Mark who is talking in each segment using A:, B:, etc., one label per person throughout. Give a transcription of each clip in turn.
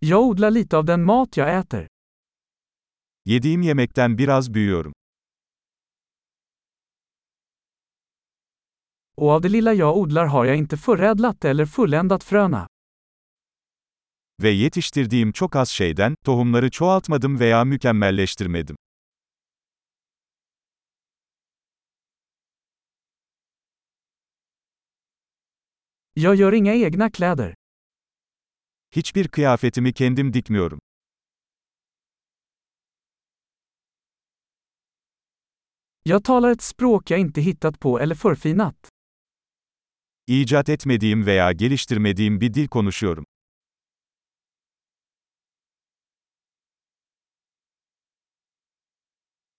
A: Jag odlar lite av den mat jag äter.
B: Yediğim yemekten biraz büyüyorum.
A: Och av det lilla jag odlar har jag inte förädlat eller fulländat fröna.
B: Ve yetiştirdiğim çok az şeyden, tohumları çoğaltmadım veya mükemmelleştirmedim.
A: Jag gör inga egna kläder.
B: Hiçbir kıyafetimi kendim dikmiyorum.
A: Jag talar ett språk jag inte hittat på eller förfinat.
B: İcat etmediğim veya geliştirmediğim bir dil konuşuyorum.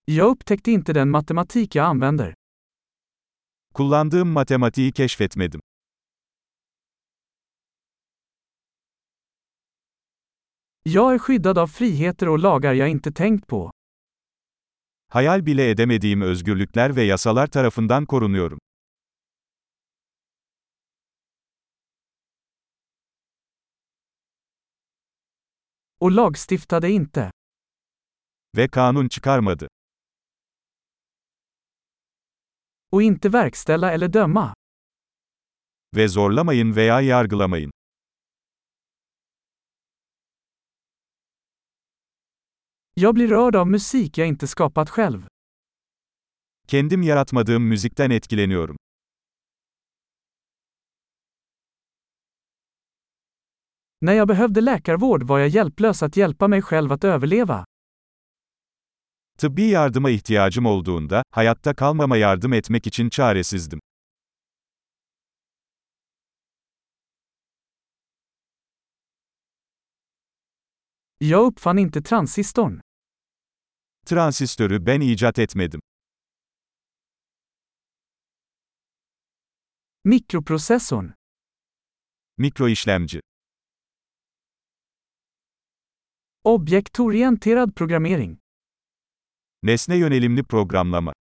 A: Jag upptäckte inte den matematik jag använder.
B: Kullandığım matematiği keşfetmedim.
A: Jag är skyddad av friheter och lagar jag inte tänkt på.
B: Hayal bile edemediğim özgürlükler ve yasalar tarafından korunuyorum.
A: Och lagstiftade inte.
B: Ve kanun çıkarmadı.
A: Och inte verkställa eller döma.
B: Ve zorlamayın veya yargılamayın.
A: Jag blir rörd av musik jag inte skapat själv.
B: Kendim yaratmadığım müzikten etkileniyorum.
A: När jag behövde läkarvård var jag hjälplös att hjälpa mig själv att överleva.
B: Tıbbi yardıma ihtiyacım olduğunda, hayatta kalmama yardım etmek için çaresizdim.
A: Jag uppfann inte transistorn.
B: Transistörü ben icat etmedim.
A: Mikroprocessorn.
B: Mikroişlemci.
A: Objektorienterad programmering.
B: Nesne yönelimli programlama.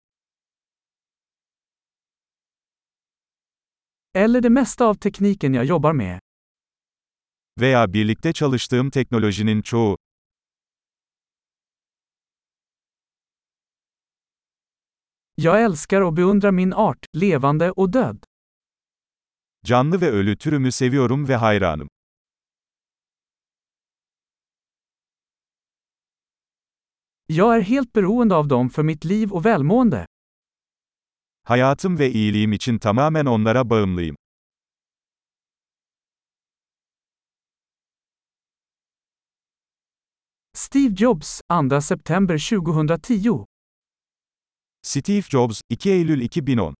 A: Eller det mesta av tekniken jag jobbar med.
B: Veya birlikte çalıştığım teknolojinin çoğu.
A: Jag älskar och beundrar min art, levande och död.
B: Canlı ve ölü türümü seviyorum ve hayranım.
A: Jag är helt beroende av dem för mitt liv och välmående.
B: Hayatım ve iyiliğim için tamamen onlara bağımlıyım.
A: Steve Jobs, 2 september 2010.
B: Steve Jobs, 2 Eylül 2010